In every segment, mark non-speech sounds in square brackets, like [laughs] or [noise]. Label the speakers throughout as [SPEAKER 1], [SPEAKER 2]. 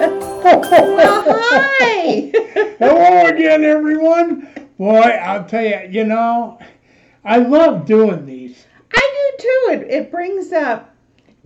[SPEAKER 1] Well, hi.
[SPEAKER 2] Hello again, everyone. Boy, I'll tell you, you know, I love doing these.
[SPEAKER 1] I do too. It, it brings up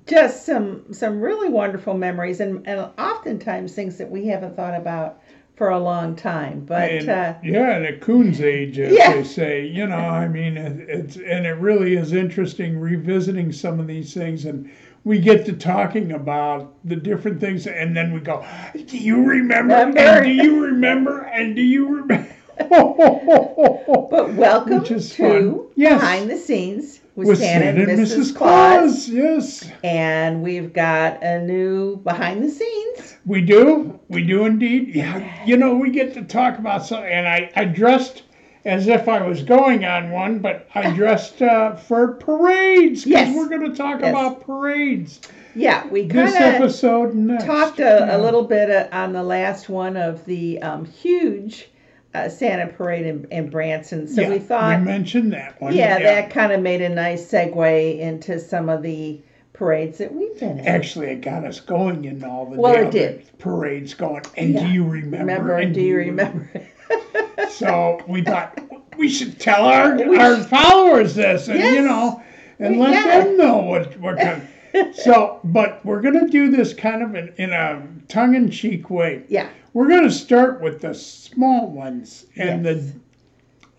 [SPEAKER 1] just some some really wonderful memories and, and oftentimes things that we haven't thought about for a long time. But
[SPEAKER 2] And,
[SPEAKER 1] uh,
[SPEAKER 2] yeah, the coon's age, as
[SPEAKER 1] Yeah.
[SPEAKER 2] they say. You know, I mean, it- it's and it really is interesting revisiting some of these things, and we get to talking about the different things, and then we go, "Do you remember?
[SPEAKER 1] Remember.
[SPEAKER 2] And do you remember? And do you remember?" [laughs]
[SPEAKER 1] but welcome
[SPEAKER 2] Which is
[SPEAKER 1] to
[SPEAKER 2] fun. Yes.
[SPEAKER 1] behind the scenes with,
[SPEAKER 2] With
[SPEAKER 1] Santa
[SPEAKER 2] Santa and Mrs.
[SPEAKER 1] Claus.
[SPEAKER 2] Claus, yes.
[SPEAKER 1] And we've got a new behind the scenes.
[SPEAKER 2] We do. We do indeed. Yeah. You know, we get to talk about something. And I, I dressed as if I was going on one, but
[SPEAKER 1] [laughs]
[SPEAKER 2] I dressed uh, for parades because
[SPEAKER 1] Yes.
[SPEAKER 2] we're going to talk
[SPEAKER 1] Yes.
[SPEAKER 2] about parades
[SPEAKER 1] Yeah, we
[SPEAKER 2] this
[SPEAKER 1] kind of
[SPEAKER 2] episode and next.
[SPEAKER 1] talked a, a little bit uh, on the last one of the um, huge uh, Santa parade in, in Branson. So
[SPEAKER 2] yeah,
[SPEAKER 1] we thought
[SPEAKER 2] we mentioned that one.
[SPEAKER 1] Yeah, that kind of made a nice segue into some of the parades that we've been in.
[SPEAKER 2] Actually, it got us going in all the
[SPEAKER 1] Well, it
[SPEAKER 2] damn
[SPEAKER 1] did.
[SPEAKER 2] parades going. And
[SPEAKER 1] Yeah.
[SPEAKER 2] do you remember?
[SPEAKER 1] Remember?
[SPEAKER 2] And
[SPEAKER 1] Do you remember? [laughs]
[SPEAKER 2] So we thought we should tell our
[SPEAKER 1] We
[SPEAKER 2] our
[SPEAKER 1] should.
[SPEAKER 2] followers this, and you
[SPEAKER 1] Yes.
[SPEAKER 2] know, and
[SPEAKER 1] We-
[SPEAKER 2] let
[SPEAKER 1] yeah.
[SPEAKER 2] them know what we're coming.
[SPEAKER 1] [laughs]
[SPEAKER 2] so, but we're gonna do this kind of in, in a tongue-in-cheek way.
[SPEAKER 1] yeah.
[SPEAKER 2] We're gonna start with the small ones and
[SPEAKER 1] Yes.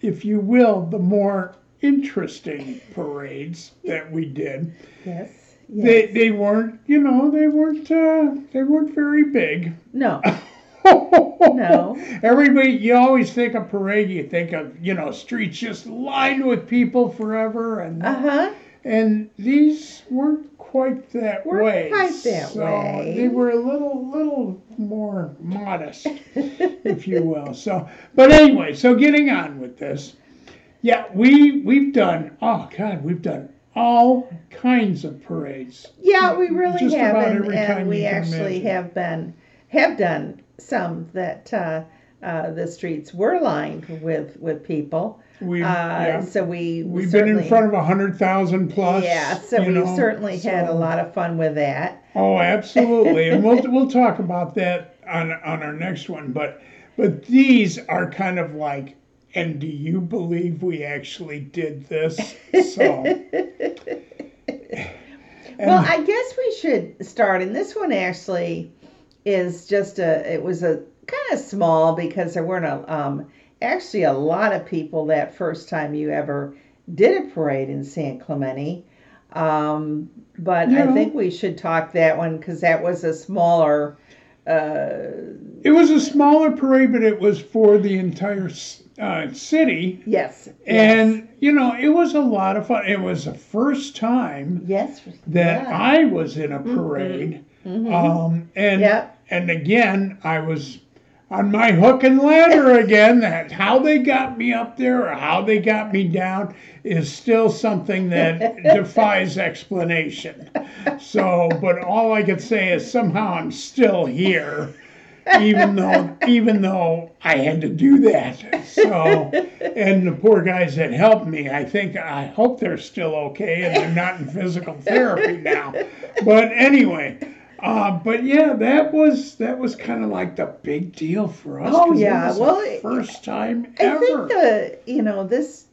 [SPEAKER 2] the, if you will, the more interesting parades that we did.
[SPEAKER 1] Yes.
[SPEAKER 2] They
[SPEAKER 1] yes.
[SPEAKER 2] they weren't, you know, they weren't uh, they weren't very big.
[SPEAKER 1] no.
[SPEAKER 2] no. [laughs] Everybody, you always think of parade, you think of, you know, streets just lined with people forever. And
[SPEAKER 1] Uh huh.
[SPEAKER 2] and these weren't quite that
[SPEAKER 1] Weren't
[SPEAKER 2] way.
[SPEAKER 1] quite that
[SPEAKER 2] so
[SPEAKER 1] way.
[SPEAKER 2] They were a little, little more
[SPEAKER 1] [laughs]
[SPEAKER 2] modest, if you will. So, but anyway, so getting on with this. Yeah, we, we've done, oh God, we've done all kinds of parades.
[SPEAKER 1] Yeah, we really
[SPEAKER 2] Just about
[SPEAKER 1] haven't,
[SPEAKER 2] every
[SPEAKER 1] and
[SPEAKER 2] time
[SPEAKER 1] we
[SPEAKER 2] you can
[SPEAKER 1] actually
[SPEAKER 2] imagine.
[SPEAKER 1] have been have done some that uh, uh, the streets were lined with with people.
[SPEAKER 2] We've,
[SPEAKER 1] Uh,
[SPEAKER 2] yeah.
[SPEAKER 1] So we we
[SPEAKER 2] We've been in
[SPEAKER 1] certainly-
[SPEAKER 2] front of 100,000 plus.
[SPEAKER 1] Yeah, so
[SPEAKER 2] you
[SPEAKER 1] we've
[SPEAKER 2] know,
[SPEAKER 1] certainly had a
[SPEAKER 2] so-
[SPEAKER 1] lot of fun with that.
[SPEAKER 2] Oh, absolutely, and we'll we'll talk about that on on our next one. But but these are kind of like, and do you believe we actually did this? So,
[SPEAKER 1] Well,
[SPEAKER 2] Um,
[SPEAKER 1] I guess we should start, and this one actually is just a. It was a kind of small because there weren't a um actually a lot of people that first time you ever did a parade in San Clemente. Um, but I
[SPEAKER 2] Yeah.
[SPEAKER 1] think we should talk that one because that was a smaller. Uh,
[SPEAKER 2] it was a smaller parade, but it was for the entire s- uh, city,
[SPEAKER 1] yes.
[SPEAKER 2] and you know, it was a lot of fun. It was the first time
[SPEAKER 1] yes. yes,
[SPEAKER 2] that
[SPEAKER 1] yeah.
[SPEAKER 2] I was in a parade, um, and
[SPEAKER 1] Yeah.
[SPEAKER 2] and again I was on my hook and ladder again. That how they got me up there or how they got me down is still something that defies explanation. So, but all I could say is somehow I'm still here, even though even though I had to do that. So, and the poor guys that helped me, I think I hope they're still okay and they're not in physical therapy now. But anyway. Uh, but yeah, that was that was kind of like the big deal for us.
[SPEAKER 1] Oh,
[SPEAKER 2] 'cause
[SPEAKER 1] yeah,
[SPEAKER 2] it was
[SPEAKER 1] well,
[SPEAKER 2] the
[SPEAKER 1] it-
[SPEAKER 2] first time
[SPEAKER 1] I
[SPEAKER 2] ever.
[SPEAKER 1] think the you know this,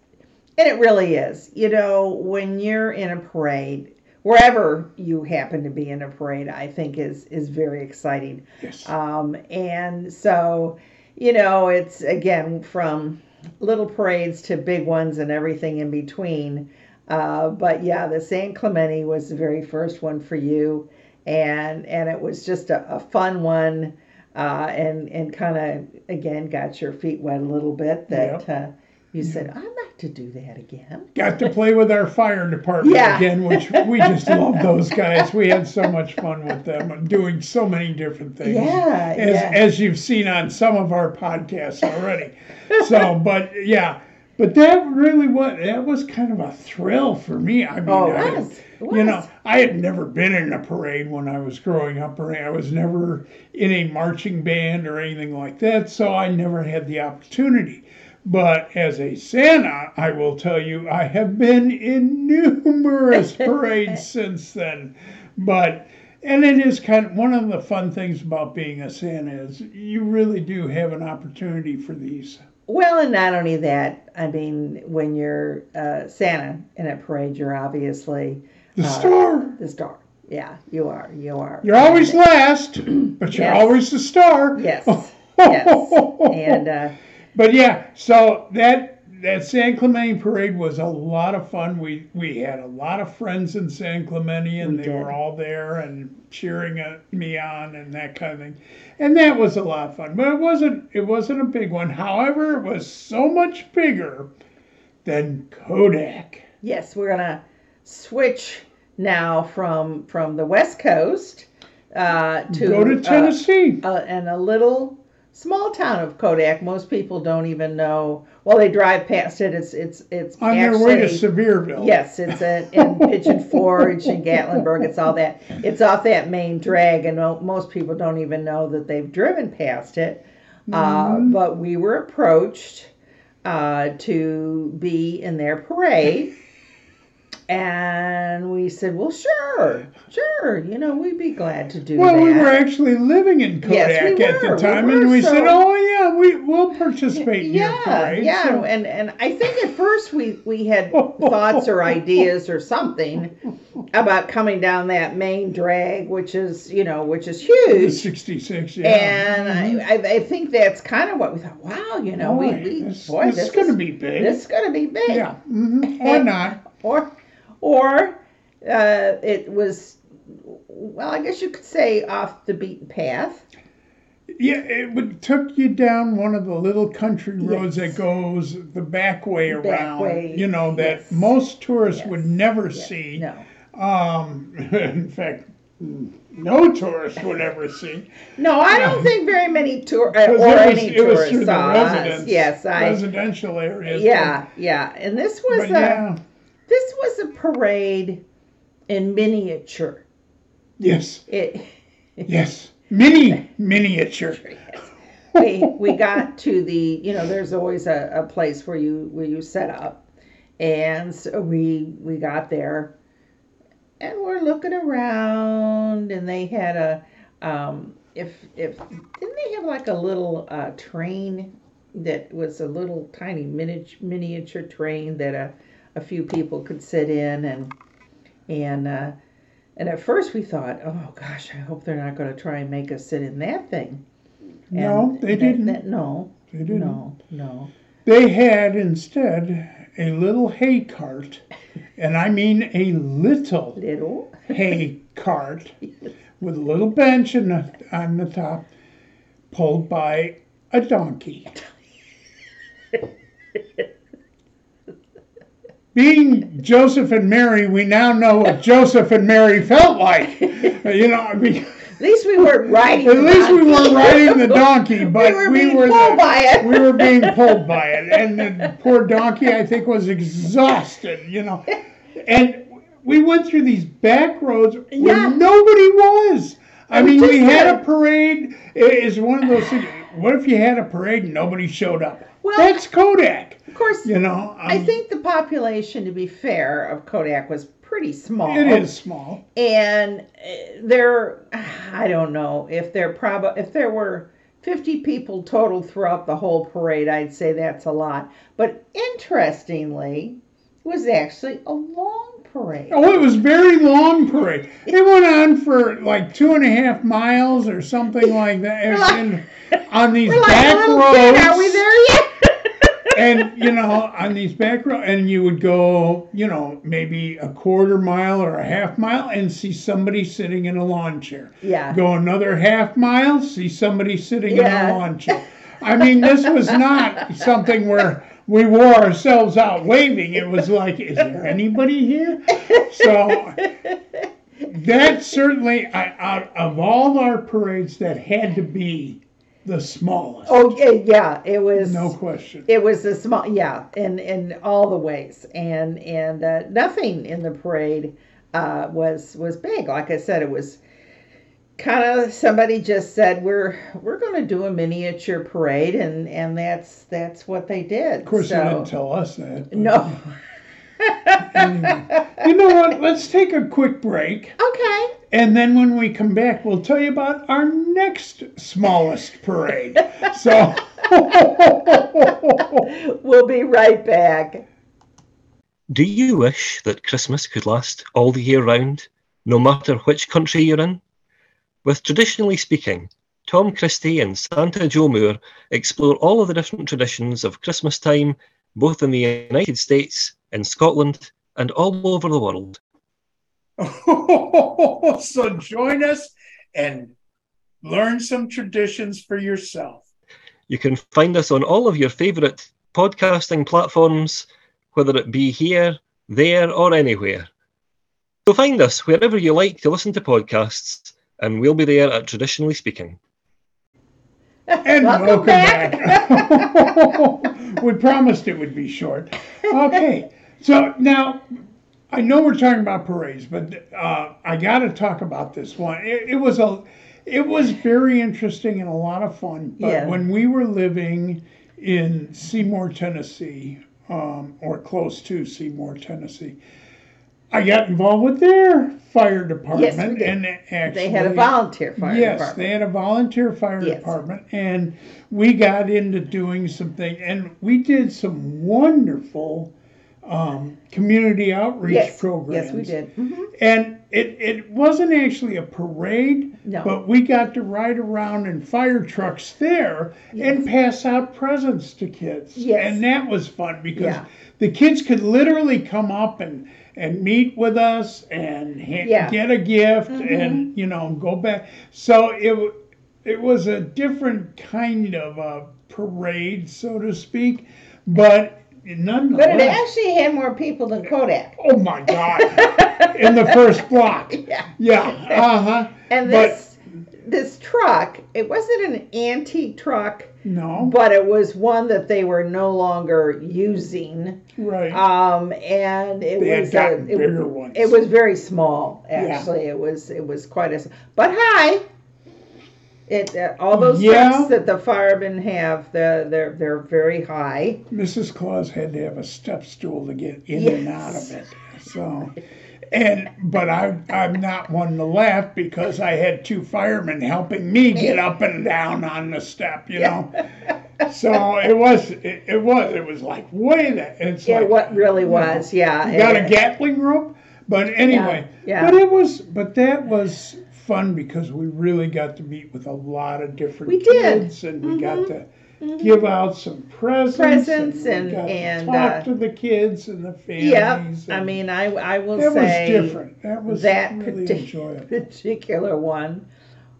[SPEAKER 1] and it really is. You know, when you're in a parade, wherever you happen to be in a parade, I think is is very exciting.
[SPEAKER 2] yes.
[SPEAKER 1] Um, and so, you know, it's again from little parades to big ones and everything in between. Uh, but yeah, the San Clemente was the very first one for you, and and it was just a, a fun one, uh, and and kind of again got your feet wet a little bit that uh, you said I'd like to do that again.
[SPEAKER 2] Got to play with our fire department
[SPEAKER 1] Yeah.
[SPEAKER 2] again, which we just love those guys. We had so much fun with them and doing so many different things.
[SPEAKER 1] Yeah,
[SPEAKER 2] As,
[SPEAKER 1] yeah.
[SPEAKER 2] as you've seen on some of our podcasts already.
[SPEAKER 1] [laughs]
[SPEAKER 2] so, but yeah, but that really was, that was kind of a thrill for me. I mean,
[SPEAKER 1] Oh, it
[SPEAKER 2] I,
[SPEAKER 1] was.
[SPEAKER 2] You
[SPEAKER 1] What?
[SPEAKER 2] know, I had never been in a parade when I was growing up, or I was never in a marching band or anything like that, so I never had the opportunity. But as a Santa, I will tell you, I have been
[SPEAKER 1] [laughs]
[SPEAKER 2] in numerous parades since then. But and it is kind of one of the fun things about being a Santa is you really do have an opportunity for these.
[SPEAKER 1] Well, and not only that, I mean, when you're uh, Santa in a parade, you're obviously
[SPEAKER 2] The
[SPEAKER 1] Uh,
[SPEAKER 2] star.
[SPEAKER 1] the star. Yeah, you are. You are.
[SPEAKER 2] You're always last, [clears throat] but you're
[SPEAKER 1] Yes.
[SPEAKER 2] always the star.
[SPEAKER 1] Yes.
[SPEAKER 2] [laughs]
[SPEAKER 1] Yes. and uh,
[SPEAKER 2] But yeah, so that that San Clemente parade was a lot of fun. We we had a lot of friends in San Clemente, and
[SPEAKER 1] We
[SPEAKER 2] they were
[SPEAKER 1] did.
[SPEAKER 2] all there and cheering uh, me on and that kind of thing. And that was a lot of fun. But it wasn't it wasn't a big one. However, it was so much bigger than Kodak.
[SPEAKER 1] yes, we're gonna switch now from from the West Coast uh, to
[SPEAKER 2] Go to
[SPEAKER 1] uh,
[SPEAKER 2] Tennessee.
[SPEAKER 1] uh, and a little small town of Kodak. Most people don't even know. Well, they drive past it. It's it's it's
[SPEAKER 2] on their way to
[SPEAKER 1] actually-
[SPEAKER 2] Sevierville.
[SPEAKER 1] Yes, it's a, in Pigeon Forge and Gatlinburg. It's all that. It's off that main drag, and mo- most people don't even know that they've driven past it. Uh,
[SPEAKER 2] Mm-hmm.
[SPEAKER 1] but we were approached uh, to be in their parade, and we said, "Well, sure, sure. You know, we'd be glad to do
[SPEAKER 2] Well,
[SPEAKER 1] that."
[SPEAKER 2] we were actually living in Kodak
[SPEAKER 1] Yes, we
[SPEAKER 2] at
[SPEAKER 1] were,
[SPEAKER 2] the
[SPEAKER 1] we
[SPEAKER 2] time,
[SPEAKER 1] were,
[SPEAKER 2] and we
[SPEAKER 1] so-
[SPEAKER 2] said, "Oh yeah, we will participate in your
[SPEAKER 1] yeah,
[SPEAKER 2] parade."
[SPEAKER 1] yeah,
[SPEAKER 2] So-
[SPEAKER 1] and and I think at first we we had
[SPEAKER 2] [laughs]
[SPEAKER 1] thoughts or ideas or something about coming down that main drag, which is you know which is
[SPEAKER 2] The
[SPEAKER 1] huge,
[SPEAKER 2] 66, yeah.
[SPEAKER 1] and
[SPEAKER 2] Mm-hmm.
[SPEAKER 1] I, I I think that's kind of what we thought. Wow, you know, we,
[SPEAKER 2] Boy,
[SPEAKER 1] we
[SPEAKER 2] this,
[SPEAKER 1] boy,
[SPEAKER 2] this
[SPEAKER 1] this,
[SPEAKER 2] is going to
[SPEAKER 1] is-
[SPEAKER 2] be big.
[SPEAKER 1] this is gonna be big,
[SPEAKER 2] yeah. mhm,
[SPEAKER 1] [laughs]
[SPEAKER 2] Or not.
[SPEAKER 1] or or uh, it was. Well, I guess you could say off the beaten path.
[SPEAKER 2] Yeah, it would, took you down one of the little country roads
[SPEAKER 1] Yes.
[SPEAKER 2] that goes the back way around,
[SPEAKER 1] way,
[SPEAKER 2] you know, that
[SPEAKER 1] yes.
[SPEAKER 2] most tourists would
[SPEAKER 1] Yes,
[SPEAKER 2] never
[SPEAKER 1] Yeah,
[SPEAKER 2] see.
[SPEAKER 1] No,
[SPEAKER 2] Um, [laughs] in fact, no tourist would ever see.
[SPEAKER 1] no, I don't think very many tour uh,
[SPEAKER 2] 'Cause
[SPEAKER 1] or
[SPEAKER 2] it was,
[SPEAKER 1] any
[SPEAKER 2] it was
[SPEAKER 1] tourists
[SPEAKER 2] through
[SPEAKER 1] saw
[SPEAKER 2] the
[SPEAKER 1] us.
[SPEAKER 2] residence,
[SPEAKER 1] Yes, I
[SPEAKER 2] residential areas.
[SPEAKER 1] Yeah, yeah. And this
[SPEAKER 2] but,
[SPEAKER 1] was
[SPEAKER 2] but
[SPEAKER 1] a
[SPEAKER 2] yeah,
[SPEAKER 1] this was a parade in miniature.
[SPEAKER 2] yes,
[SPEAKER 1] It
[SPEAKER 2] yes,
[SPEAKER 1] [laughs]
[SPEAKER 2] mini miniature.
[SPEAKER 1] we, we got to the you know there's always a, a place where you where you set up, and so we we got there, and we're looking around, and they had a um if if didn't they have like a little uh, train that was a little tiny miniature miniature train that a a few people could sit in and and uh, and at first we thought oh gosh I hope they're not going to try and make us sit in that thing.
[SPEAKER 2] No,
[SPEAKER 1] And
[SPEAKER 2] they
[SPEAKER 1] that-
[SPEAKER 2] didn't.
[SPEAKER 1] that- no,
[SPEAKER 2] They didn't.
[SPEAKER 1] no, no.
[SPEAKER 2] They had instead a little hay cart, and I mean a little
[SPEAKER 1] Little.
[SPEAKER 2] hay cart with a little bench in the, on the top, pulled by a donkey. Being Joseph and Mary, we now know what Joseph and Mary felt like. You know, I mean,
[SPEAKER 1] At least we weren't riding.
[SPEAKER 2] at least we
[SPEAKER 1] on-
[SPEAKER 2] were riding
[SPEAKER 1] [laughs]
[SPEAKER 2] the donkey, but
[SPEAKER 1] were
[SPEAKER 2] we
[SPEAKER 1] being
[SPEAKER 2] were
[SPEAKER 1] pulled
[SPEAKER 2] the-
[SPEAKER 1] by it.
[SPEAKER 2] We were being pulled by it, and the poor donkey, I think, was exhausted. You know, and we went through these back roads where
[SPEAKER 1] Yeah.
[SPEAKER 2] nobody was. I mean, we
[SPEAKER 1] just
[SPEAKER 2] had a
[SPEAKER 1] did.
[SPEAKER 2] parade. It is one of those things. What if you had a parade and nobody showed up?
[SPEAKER 1] Well-
[SPEAKER 2] That's Kodak.
[SPEAKER 1] Of course,
[SPEAKER 2] You know,
[SPEAKER 1] I
[SPEAKER 2] um,
[SPEAKER 1] think the population, to be fair, of Kodak was pretty small.
[SPEAKER 2] it is small.
[SPEAKER 1] and uh, there, I don't know if there prob if there were. 50 people total throughout the whole parade. I'd say that's a lot. But interestingly, it was actually a long parade.
[SPEAKER 2] Oh, it was very long parade. It went on for like two and a half miles or something like that, and, and on these
[SPEAKER 1] We're like,
[SPEAKER 2] back
[SPEAKER 1] little kid, are we
[SPEAKER 2] roads.
[SPEAKER 1] there yet? [laughs]
[SPEAKER 2] And you know, on these back roads, and you would go, you know, maybe a quarter mile or a half mile, and see somebody sitting in a lawn chair.
[SPEAKER 1] yeah.
[SPEAKER 2] Go another half mile, see somebody sitting in
[SPEAKER 1] Yeah.
[SPEAKER 2] a lawn chair. I mean, this was not something where we wore ourselves out waving. It was like, is there anybody here? So that certainly, I, out of all our parades, that had to be the smallest.
[SPEAKER 1] Oh yeah, yeah, it was
[SPEAKER 2] No question.
[SPEAKER 1] it was a small yeah, in in all the ways and and uh, nothing in the parade uh, was was big. Like I said, it was kind of somebody just said we're we're going to do a miniature parade, and and that's that's what they did.
[SPEAKER 2] Of course,
[SPEAKER 1] So-
[SPEAKER 2] they didn't tell us that. but-
[SPEAKER 1] no. [laughs]
[SPEAKER 2] Anyway. you know what? Let's take a quick break.
[SPEAKER 1] Okay. [laughs]
[SPEAKER 2] And then when we come back, we'll tell you about our next smallest
[SPEAKER 1] [laughs]
[SPEAKER 2] parade. So.
[SPEAKER 1] We'll be right back.
[SPEAKER 3] Do you wish that Christmas could last all the year round, no matter which country you're in? With Traditionally Speaking, Tom Christie and Santa Joe Moore explore all of the different traditions of Christmas time, both in the United States, in Scotland, and all over the world.
[SPEAKER 4] [laughs] so join us and learn some traditions for yourself.
[SPEAKER 3] You can find us on all of your favourite podcasting platforms, whether it be here, there, or anywhere. So find us wherever you like to listen to podcasts, and we'll be there at Traditionally Speaking.
[SPEAKER 2] And
[SPEAKER 1] Welcome
[SPEAKER 2] welcome,
[SPEAKER 1] back.
[SPEAKER 2] back. [laughs] we promised it would be short. Okay, so now I know we're talking about parades, but uh, I got to talk about this one. It, it was a, it was very interesting and a lot of fun. But
[SPEAKER 1] Yeah.
[SPEAKER 2] when we were living in Seymour, Tennessee, um, or close to Seymour, Tennessee. I got involved with their fire department,
[SPEAKER 1] did.
[SPEAKER 2] and actually
[SPEAKER 1] They had a volunteer fire
[SPEAKER 2] yes,
[SPEAKER 1] department.
[SPEAKER 2] they had a volunteer fire
[SPEAKER 1] Yes.
[SPEAKER 2] department, and we got into doing something, and we did some wonderful um, community outreach
[SPEAKER 1] yes.
[SPEAKER 2] programs. Mm-hmm.
[SPEAKER 1] Yes, we did. Mhm.
[SPEAKER 2] And it, it wasn't actually a parade,
[SPEAKER 1] No.
[SPEAKER 2] but we got to ride around in fire trucks there and pass out presents to kids.
[SPEAKER 1] Yes.
[SPEAKER 2] And that was fun because
[SPEAKER 1] Yeah.
[SPEAKER 2] the kids could literally come up and, and meet with us and ha-
[SPEAKER 1] Yeah. Mm-hmm.
[SPEAKER 2] get a gift and, you know, go back. So it, w- it was a different kind of a parade, so to speak, but nonetheless.
[SPEAKER 1] But it actually had more people than Kodak.
[SPEAKER 2] Oh my God! In the first block.
[SPEAKER 1] [laughs] Yeah.
[SPEAKER 2] Yeah. Uh huh.
[SPEAKER 1] And this this truck, it wasn't an antique truck,
[SPEAKER 2] No.
[SPEAKER 1] but it was one that they were no longer using.
[SPEAKER 2] right.
[SPEAKER 1] Um, and it
[SPEAKER 2] they had
[SPEAKER 1] was
[SPEAKER 2] gotten
[SPEAKER 1] a, it,
[SPEAKER 2] bigger ones.
[SPEAKER 1] it was very small. Actually, it was it was quite a. But hi. It, uh, all those
[SPEAKER 2] Yeah.
[SPEAKER 1] trucks that the firemen have, the, they're they're very high.
[SPEAKER 2] Mrs. Claus had to have a step stool to get in and out of
[SPEAKER 1] Yes.
[SPEAKER 2] it. So. And but I I'm not one to laugh because I had two firemen helping me get up and down on the step, you know. So it was it, it was it was like wait that it's
[SPEAKER 1] Yeah,
[SPEAKER 2] like,
[SPEAKER 1] what really was, yeah. Eh,
[SPEAKER 2] You got
[SPEAKER 1] and-
[SPEAKER 2] a Gatling rope, but anyway,
[SPEAKER 1] Yeah, yeah.
[SPEAKER 2] But it was, but that was fun because we really got to meet with a lot of different
[SPEAKER 1] We did. Mm-hmm.
[SPEAKER 2] kids, and we got to give out some presents,
[SPEAKER 1] Presents
[SPEAKER 2] we
[SPEAKER 1] and-
[SPEAKER 2] got to
[SPEAKER 1] and,
[SPEAKER 2] talk
[SPEAKER 1] uh,
[SPEAKER 2] to the kids and the
[SPEAKER 1] Yeah,
[SPEAKER 2] families.
[SPEAKER 1] I
[SPEAKER 2] and
[SPEAKER 1] mean, I I will
[SPEAKER 2] that was
[SPEAKER 1] say
[SPEAKER 2] different. That was
[SPEAKER 1] that
[SPEAKER 2] really
[SPEAKER 1] parti-
[SPEAKER 2] enjoyable.
[SPEAKER 1] particular one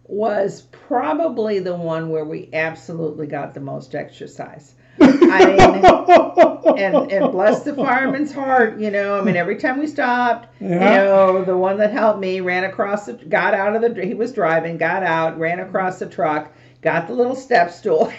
[SPEAKER 1] was probably the one where we absolutely got the most exercise. [laughs] I mean, and and bless
[SPEAKER 2] [laughs]
[SPEAKER 1] the fireman's heart, you know. I mean, every time we stopped, you
[SPEAKER 2] Yeah.
[SPEAKER 1] know, the one that helped me ran across the, got out of the, he was driving, got out, ran across the truck, got the little step stool, [laughs]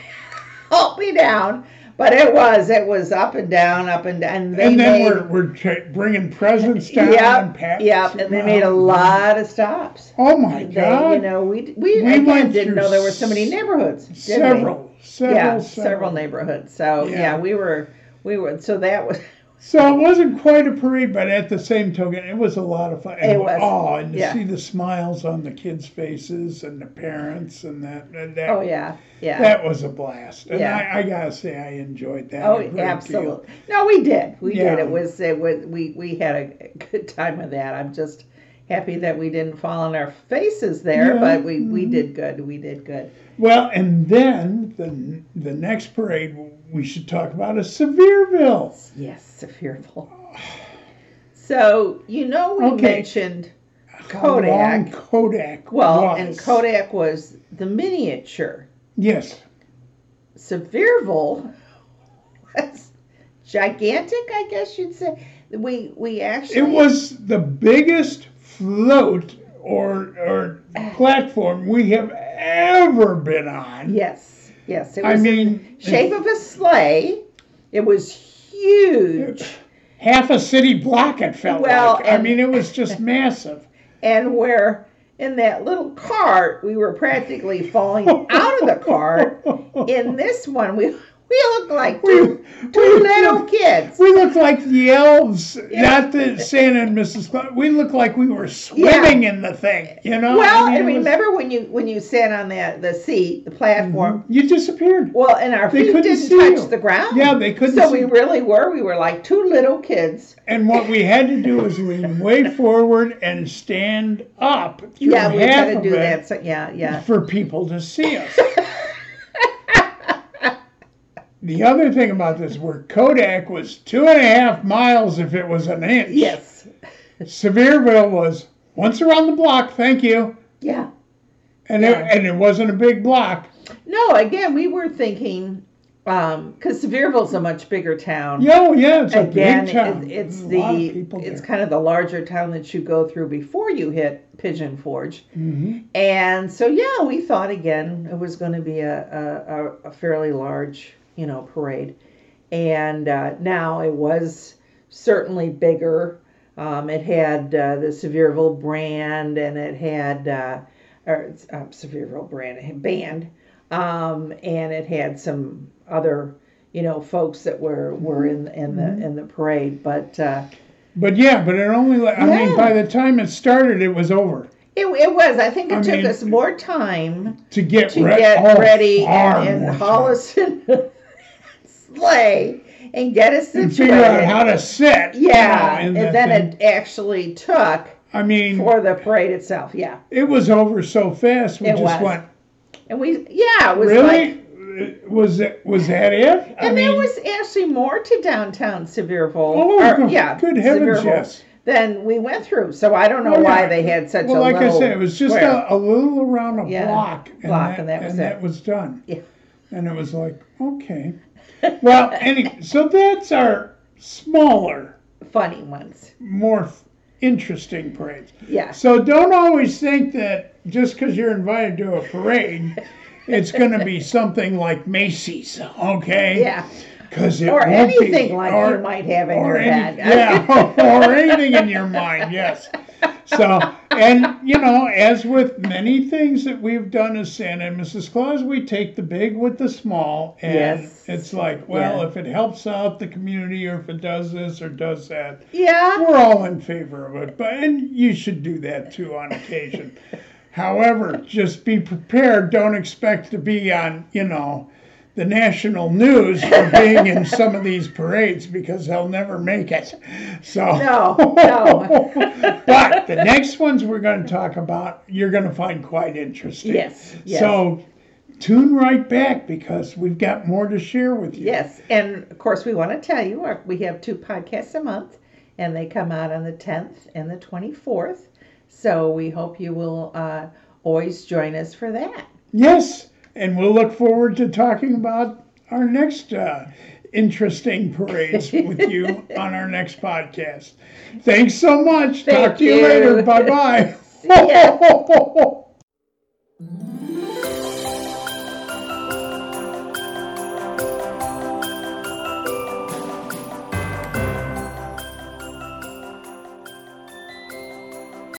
[SPEAKER 1] helped me down. But it was, it was up and down, up and down. And, they
[SPEAKER 2] And then
[SPEAKER 1] made,
[SPEAKER 2] we're, we're tra- bringing presents down and
[SPEAKER 1] Yep,
[SPEAKER 2] pats
[SPEAKER 1] yep, and they made a
[SPEAKER 2] around.
[SPEAKER 1] lot of stops.
[SPEAKER 2] Oh my
[SPEAKER 1] They,
[SPEAKER 2] God!
[SPEAKER 1] you know, we we,
[SPEAKER 2] We
[SPEAKER 1] again,
[SPEAKER 2] went
[SPEAKER 1] didn't
[SPEAKER 2] through
[SPEAKER 1] know there were so many
[SPEAKER 2] s-
[SPEAKER 1] neighborhoods. did we?
[SPEAKER 2] several, several,
[SPEAKER 1] yeah, several,
[SPEAKER 2] several
[SPEAKER 1] neighborhoods. So yeah.
[SPEAKER 2] Yeah.
[SPEAKER 1] we were we were so that was [laughs]
[SPEAKER 2] So it wasn't quite a parade, but at the same token, it was a lot of fun. And
[SPEAKER 1] It was.
[SPEAKER 2] Oh, and to
[SPEAKER 1] Yeah.
[SPEAKER 2] see the smiles on the kids' faces and the parents and that. And that
[SPEAKER 1] oh yeah yeah
[SPEAKER 2] That was a blast. And
[SPEAKER 1] Yeah.
[SPEAKER 2] I, I got to say, I enjoyed that. a
[SPEAKER 1] oh
[SPEAKER 2] great deal.
[SPEAKER 1] absolutely no we did we
[SPEAKER 2] Yeah.
[SPEAKER 1] did it was it was we we had a good time with that. I'm just happy that we didn't fall on our faces there,
[SPEAKER 2] Yeah. Mm-hmm.
[SPEAKER 1] but we we did good. We did good.
[SPEAKER 2] Well, and then the, the next parade we should talk about is Sevierville.
[SPEAKER 1] Yes,
[SPEAKER 2] [sighs]
[SPEAKER 1] fearful. So you know we
[SPEAKER 2] Okay.
[SPEAKER 1] mentioned
[SPEAKER 2] How long
[SPEAKER 1] Kodak.
[SPEAKER 2] Kodak.
[SPEAKER 1] Well,
[SPEAKER 2] was.
[SPEAKER 1] and Kodak was the miniature.
[SPEAKER 2] Yes.
[SPEAKER 1] Sevierville was gigantic, I guess you'd say. We we actually
[SPEAKER 2] It was the biggest float or,
[SPEAKER 1] [sighs]
[SPEAKER 2] or platform we have ever been on.
[SPEAKER 1] yes yes. It
[SPEAKER 2] I
[SPEAKER 1] was
[SPEAKER 2] mean,
[SPEAKER 1] shape of a sleigh. It was huge.
[SPEAKER 2] [laughs] half a city block. It felt
[SPEAKER 1] Well,
[SPEAKER 2] like. I
[SPEAKER 1] and-
[SPEAKER 2] mean,
[SPEAKER 1] [laughs]
[SPEAKER 2] it was just massive.
[SPEAKER 1] and where in that little cart we were practically falling out of the cart. In this one, we we look like two, two little kids.
[SPEAKER 2] [laughs] We looked like the elves, not the Santa and Mrs. Claus. We looked like we were swimming in the thing, you know.
[SPEAKER 1] Well,
[SPEAKER 2] I mean,
[SPEAKER 1] and
[SPEAKER 2] it was-
[SPEAKER 1] remember when you when you sat on that the seat, the platform.
[SPEAKER 2] you disappeared.
[SPEAKER 1] Well, and our
[SPEAKER 2] They
[SPEAKER 1] feet
[SPEAKER 2] couldn't
[SPEAKER 1] didn't
[SPEAKER 2] see
[SPEAKER 1] touch
[SPEAKER 2] you.
[SPEAKER 1] the ground.
[SPEAKER 2] Yeah, they couldn't.
[SPEAKER 1] So we
[SPEAKER 2] see-
[SPEAKER 1] really were. We were like two little kids.
[SPEAKER 2] and what we had to do was we way forward and stand up. through
[SPEAKER 1] Yeah, we had
[SPEAKER 2] half
[SPEAKER 1] to
[SPEAKER 2] of
[SPEAKER 1] do
[SPEAKER 2] it
[SPEAKER 1] that. So yeah,
[SPEAKER 2] [laughs]
[SPEAKER 1] yeah.
[SPEAKER 2] for people to see us. the other thing about this work, Kodak was two and a half miles if it was an inch.
[SPEAKER 1] Yes.
[SPEAKER 2] Sevierville was once around the block, thank you.
[SPEAKER 1] Yeah.
[SPEAKER 2] And,
[SPEAKER 1] Yeah.
[SPEAKER 2] it, and it wasn't a big block.
[SPEAKER 1] No, again, we were thinking um because Sevierville's a much bigger town.
[SPEAKER 2] Yo, yeah, it's a
[SPEAKER 1] again,
[SPEAKER 2] big town.
[SPEAKER 1] it- it's
[SPEAKER 2] There's a lot of
[SPEAKER 1] the
[SPEAKER 2] people
[SPEAKER 1] it's
[SPEAKER 2] there.
[SPEAKER 1] kind of the larger town that you go through before you hit Pigeon Forge,
[SPEAKER 2] Mhm.
[SPEAKER 1] and so yeah, we thought again it was going to be a, a, a- a fairly large you know parade, and uh, now it was certainly bigger. Um, it had uh, the Sevierville brand, and it had uh, or it's, uh, Sevierville brand it had band, um, and it had some other you know folks that were were in in the in the parade, but uh,
[SPEAKER 2] But yeah, but it only, la- I
[SPEAKER 1] Yeah.
[SPEAKER 2] mean, by the time it started, it was over.
[SPEAKER 1] it, it was. I think it
[SPEAKER 2] I
[SPEAKER 1] took
[SPEAKER 2] mean-
[SPEAKER 1] us more time
[SPEAKER 2] To get,
[SPEAKER 1] to
[SPEAKER 2] re-
[SPEAKER 1] get
[SPEAKER 2] oh,
[SPEAKER 1] ready
[SPEAKER 2] far
[SPEAKER 1] and,
[SPEAKER 2] more
[SPEAKER 1] and
[SPEAKER 2] time.
[SPEAKER 1] haul us in the sleigh and get us
[SPEAKER 2] And figure out
[SPEAKER 1] situated.
[SPEAKER 2] how to sit. you
[SPEAKER 1] yeah,
[SPEAKER 2] know,
[SPEAKER 1] and
[SPEAKER 2] in that
[SPEAKER 1] then
[SPEAKER 2] thing.
[SPEAKER 1] it actually took
[SPEAKER 2] I mean,
[SPEAKER 1] for the parade itself. Yeah,
[SPEAKER 2] it was over so fast. We
[SPEAKER 1] It
[SPEAKER 2] just
[SPEAKER 1] was.
[SPEAKER 2] went,
[SPEAKER 1] and we yeah it was like
[SPEAKER 2] really? was it? Was that it? I
[SPEAKER 1] And there
[SPEAKER 2] mean,
[SPEAKER 1] was actually more to downtown Sevierville.
[SPEAKER 2] Oh,
[SPEAKER 1] or,
[SPEAKER 2] good-
[SPEAKER 1] yeah,
[SPEAKER 2] good heavens,
[SPEAKER 1] Sevierville
[SPEAKER 2] yes.
[SPEAKER 1] Than we went through, so I don't know
[SPEAKER 2] Oh,
[SPEAKER 1] why
[SPEAKER 2] yeah.
[SPEAKER 1] they had such
[SPEAKER 2] Well,
[SPEAKER 1] a
[SPEAKER 2] like I
[SPEAKER 1] little
[SPEAKER 2] said, it was just
[SPEAKER 1] square.
[SPEAKER 2] a, a little around a
[SPEAKER 1] Yeah,
[SPEAKER 2] block,
[SPEAKER 1] block, and that was it.
[SPEAKER 2] done.
[SPEAKER 1] Yeah.
[SPEAKER 2] And it was like, okay, well, any so that's our smaller,
[SPEAKER 1] funny ones.
[SPEAKER 2] more f- interesting parades.
[SPEAKER 1] Yeah,
[SPEAKER 2] So don't always think that just because you're invited to a parade, it's going to be something like Macy's,
[SPEAKER 1] [laughs]
[SPEAKER 2] okay?
[SPEAKER 1] yeah,
[SPEAKER 2] Because it
[SPEAKER 1] or
[SPEAKER 2] won't be-
[SPEAKER 1] anything like
[SPEAKER 2] or-
[SPEAKER 1] you might have in your
[SPEAKER 2] or
[SPEAKER 1] head.
[SPEAKER 2] any, [laughs] yeah, or anything in your mind, yes. So, and you know, as with many things that we've done as Santa and Mrs. Claus, we take the big with the small, and
[SPEAKER 1] Yes.
[SPEAKER 2] it's like, well,
[SPEAKER 1] Yeah.
[SPEAKER 2] if it helps out the community, or if it does this or does that,
[SPEAKER 1] yeah,
[SPEAKER 2] we're all in favor of it. But and you should do that too on occasion. However, just be prepared. Don't expect to be on, you know, the national news for being in some of these parades because they'll never make it. So
[SPEAKER 1] No, no.
[SPEAKER 2] [laughs] but the next ones we're going to talk about, you're going to find quite interesting.
[SPEAKER 1] Yes, yes.
[SPEAKER 2] So tune right back because we've got more to share with you.
[SPEAKER 1] yes. And of course, we want to tell you our, we have two podcasts a month, and they come out on the 10th and the 24th. So we hope you will uh, always join us for that.
[SPEAKER 2] Yes, and we'll look forward to talking about our next uh, interesting parades with you
[SPEAKER 1] [laughs]
[SPEAKER 2] on our next podcast. Thanks so much.
[SPEAKER 1] Thank [laughs]
[SPEAKER 2] Talk [laughs] to you later.
[SPEAKER 1] you.
[SPEAKER 2] Bye bye.
[SPEAKER 1] See ya.